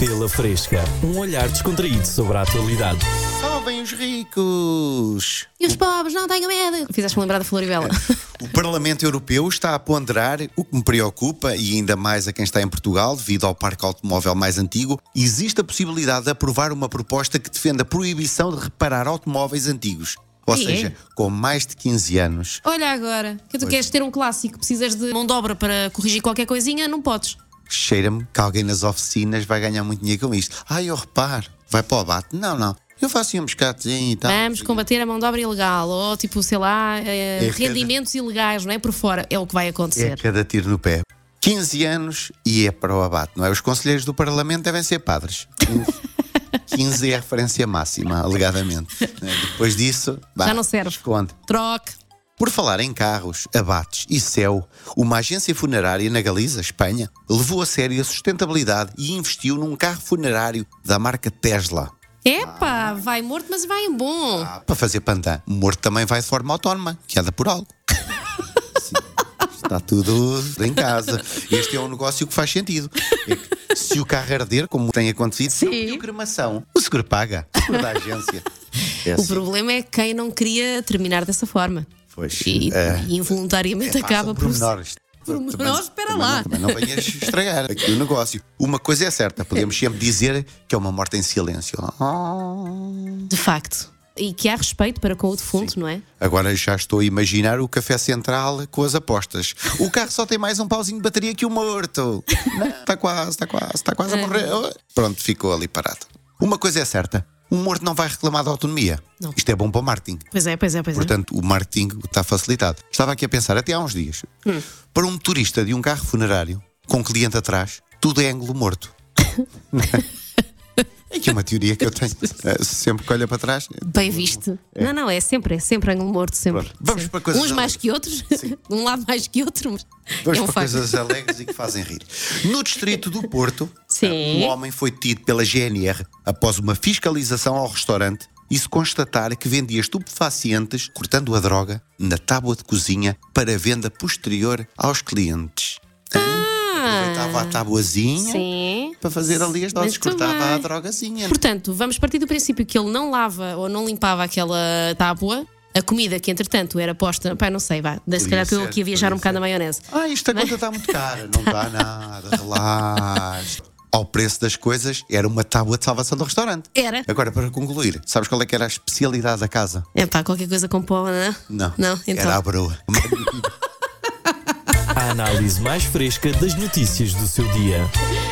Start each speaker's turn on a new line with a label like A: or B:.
A: Pela Fresca, um olhar descontraído sobre a atualidade.
B: Salvem os ricos!
C: E os pobres, não tenham medo. É. Fizeste-me lembrar da Floribela.
B: O Parlamento Europeu está a ponderar o que me preocupa, e ainda mais a quem está em Portugal, devido ao parque automóvel mais antigo, existe a possibilidade de aprovar uma proposta que defenda a proibição de reparar automóveis antigos. Ou
C: E é?
B: seja, com mais de 15 anos.
C: Olha agora, que tu
B: Pois.
C: queres ter um clássico, precisas de mão de obra para corrigir qualquer coisinha, não podes.
B: Cheira-me que alguém nas oficinas vai ganhar muito dinheiro com isto. Ah, eu reparo. Vai para o abate? Não, não. Eu faço um pescadinho e tal.
C: Vamos combater a mão de obra ilegal ou tipo, sei lá, eh,
B: É cada-
C: rendimentos ilegais, não é? Por fora. É o que vai
B: É
C: acontecer.
B: cada tiro no pé. 15 anos e é para o abate, não é? Os conselheiros do Parlamento devem ser padres. 15 é a referência máxima, alegadamente. né? Depois disso, vá,
C: Já não serve.
B: Esconde.
C: Troque.
B: Por falar em carros, abates e céu, uma agência funerária na Galiza, Espanha, levou a sério a sustentabilidade e investiu num carro funerário da marca Tesla.
C: Epá, vai morto, mas vai em bom.
B: Ah, para fazer pantã. O morto também vai de forma autónoma, que anda por algo. Sim, Está tudo em casa. Este é um negócio que faz sentido. É que se o carro arder, como tem acontecido, se eu
C: Sim.
B: pedi cremação, o seguro paga. O seguro da agência. É
C: O
B: assim,
C: problema é quem não queria terminar dessa forma.
B: pois.
C: E,
B: é,
C: e involuntariamente
B: pá,
C: acaba
B: são
C: por. Ah.
B: pormenores.
C: Pormenores,
B: Também-
C: espera
B: também
C: lá.
B: Não, é, também não venhas estragar aqui o negócio. Uma coisa é certa, podemos sempre dizer que é uma morte em silêncio.
C: De facto. E que há respeito para com o defunto, não é?
B: Agora já estou a imaginar o café central com as apostas. O carro só tem mais um pauzinho de bateria que o morto. Não, Está quase, está quase, está quase a morrer. Oh, Pronto, ficou ali parado. Uma coisa é certa: um morto não vai reclamar da autonomia.
C: Não.
B: Isto é bom para o marketing.
C: Pois é, pois é, pois é.
B: Portanto, o marketing está facilitado. Estava aqui a pensar, até há uns dias, para um motorista de um carro funerário, com um cliente atrás, tudo é ângulo morto. é que é uma teoria que eu tenho. Eh, Sempre que olha para trás,
C: Bem visto. Não, não, é sempre, é sempre ângulo morto, sempre.
B: Pronto, vamos
C: Sempre.
B: para coisas
C: Uns mais
B: alegres.
C: que outros, de um lado mais que outro, mas
B: Vamos
C: é um
B: para
C: facto.
B: coisas alegres e que fazem rir. No distrito do Porto,
C: Sim.
B: um homem foi detido pela GNR após uma fiscalização ao restaurante e se constatar que vendia estupefacientes, cortando a droga, na tábua de cozinha para venda posterior aos clientes. Aproveitava a tabuazinha
C: Ah. Sim.
B: para fazer ali as doses,
C: Muito
B: cortava
C: bem.
B: a drogazinha.
C: Portanto, vamos partir do princípio que ele não lava ou não limpava aquela tábua. A comida que, entretanto, era posta. Pá, não sei, vá. Se calhar estou eu
B: ser,
C: aqui a viajar
B: podia
C: um bocado na maionese.
B: Ah, esta conta está muito cara, não dá nada, relaxa. Ao preço das coisas, era uma tábua de salvação do restaurante.
C: Era.
B: Agora, para concluir, sabes qual é que era a especialidade da casa?
C: É pá, qualquer coisa com pó, não?
B: Não.
C: Não, então.
B: Era a broa.
A: A análise mais fresca das notícias do seu dia.